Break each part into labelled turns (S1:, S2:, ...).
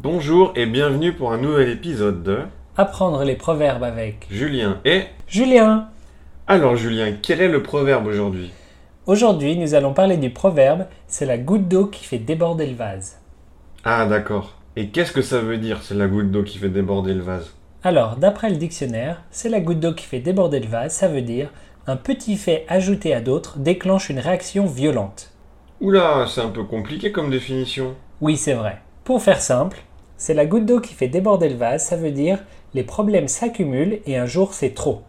S1: Bonjour et bienvenue pour un nouvel épisode de
S2: Apprendre les proverbes avec
S1: Julien et...
S2: Julien.
S1: Alors Julien, quel est le proverbe aujourd'hui
S2: Aujourd'hui, nous allons parler du proverbe C'est la goutte d'eau qui fait déborder le vase.
S1: Ah d'accord. Et qu'est-ce que ça veut dire c'est la goutte d'eau qui fait déborder le vase
S2: Alors, d'après le dictionnaire, c'est la goutte d'eau qui fait déborder le vase, ça veut dire un petit fait ajouté à d'autres déclenche une réaction violente.
S1: Oula, c'est un peu compliqué comme définition.
S2: Oui, c'est vrai. Pour faire simple, c'est la goutte d'eau qui fait déborder le vase, ça veut dire les problèmes s'accumulent et un jour c'est trop.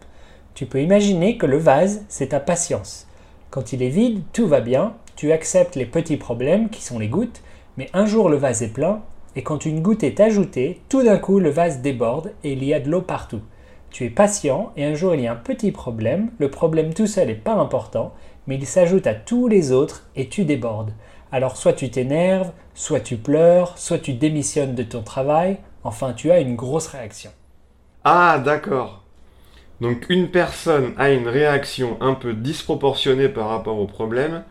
S2: Tu peux imaginer que le vase, c'est ta patience. Quand il est vide, tout va bien, tu acceptes les petits problèmes qui sont les gouttes, mais un jour le vase est plein, et quand une goutte est ajoutée, tout d'un coup le vase déborde et il y a de l'eau partout. Tu es patient et un jour il y a un petit problème, le problème tout seul n'est pas important, mais il s'ajoute à tous les autres et tu débordes. Alors soit tu t'énerves, soit tu pleures, soit tu démissionnes de ton travail, enfin tu as une grosse réaction.
S1: Ah d'accord. Donc une personne a une réaction un peu disproportionnée par rapport au problème,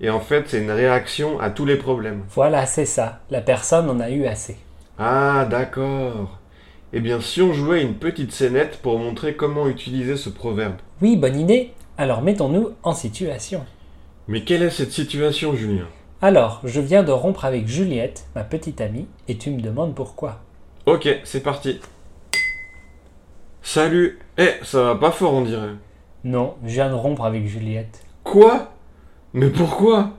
S1: et en fait c'est une réaction à tous les problèmes.
S2: Voilà, c'est ça, la personne en a eu assez.
S1: Ah d'accord. Eh bien si on jouait une petite scénette pour montrer comment utiliser ce proverbe.
S2: Oui, bonne idée, alors mettons-nous en situation.
S1: Mais quelle est cette situation Julien
S2: Alors, je viens de rompre avec Juliette, ma petite amie, et tu me demandes pourquoi.
S1: Ok, c'est parti. Salut. Eh, ça va pas fort on dirait.
S2: Non, je viens de rompre avec Juliette.
S1: Quoi Mais pourquoi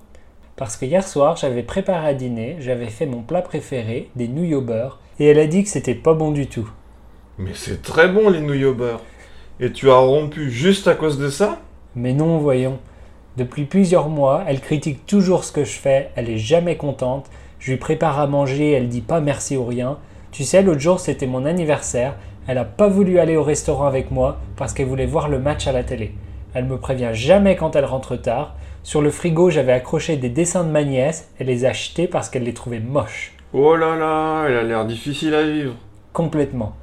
S2: Parce que hier soir, j'avais préparé à dîner, j'avais fait mon plat préféré, des nouilles au beurre, et elle a dit que c'était pas bon du tout.
S1: Mais c'est très bon les nouilles au beurre. Et tu as rompu juste à cause de ça
S2: Mais non, voyons. Depuis plusieurs mois, elle critique toujours ce que je fais, elle est jamais contente, je lui prépare à manger, elle dit pas merci ou rien. Tu sais, l'autre jour, c'était mon anniversaire, elle a pas voulu aller au restaurant avec moi parce qu'elle voulait voir le match à la télé. Elle me prévient jamais quand elle rentre tard. Sur le frigo, j'avais accroché des dessins de ma nièce, elle les a achetés parce qu'elle les trouvait moches.
S1: Oh là là, elle a l'air difficile à vivre.
S2: complètement.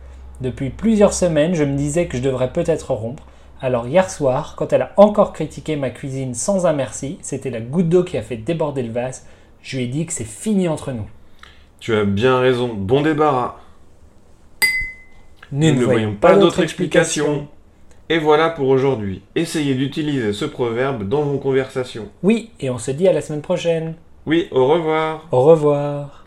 S2: Depuis plusieurs semaines, je me disais que je devrais peut-être rompre. Alors hier soir, quand elle a encore critiqué ma cuisine sans un merci, c'était la goutte d'eau qui a fait déborder le vase, je lui ai dit que c'est fini entre nous.
S1: Tu as bien raison, bon débarras.
S2: Nous
S1: d'autre explication. Et voilà pour aujourd'hui. Essayez d'utiliser ce proverbe dans vos conversations.
S2: Oui, et on se dit à la semaine prochaine.
S1: Oui, au revoir.
S2: Au revoir.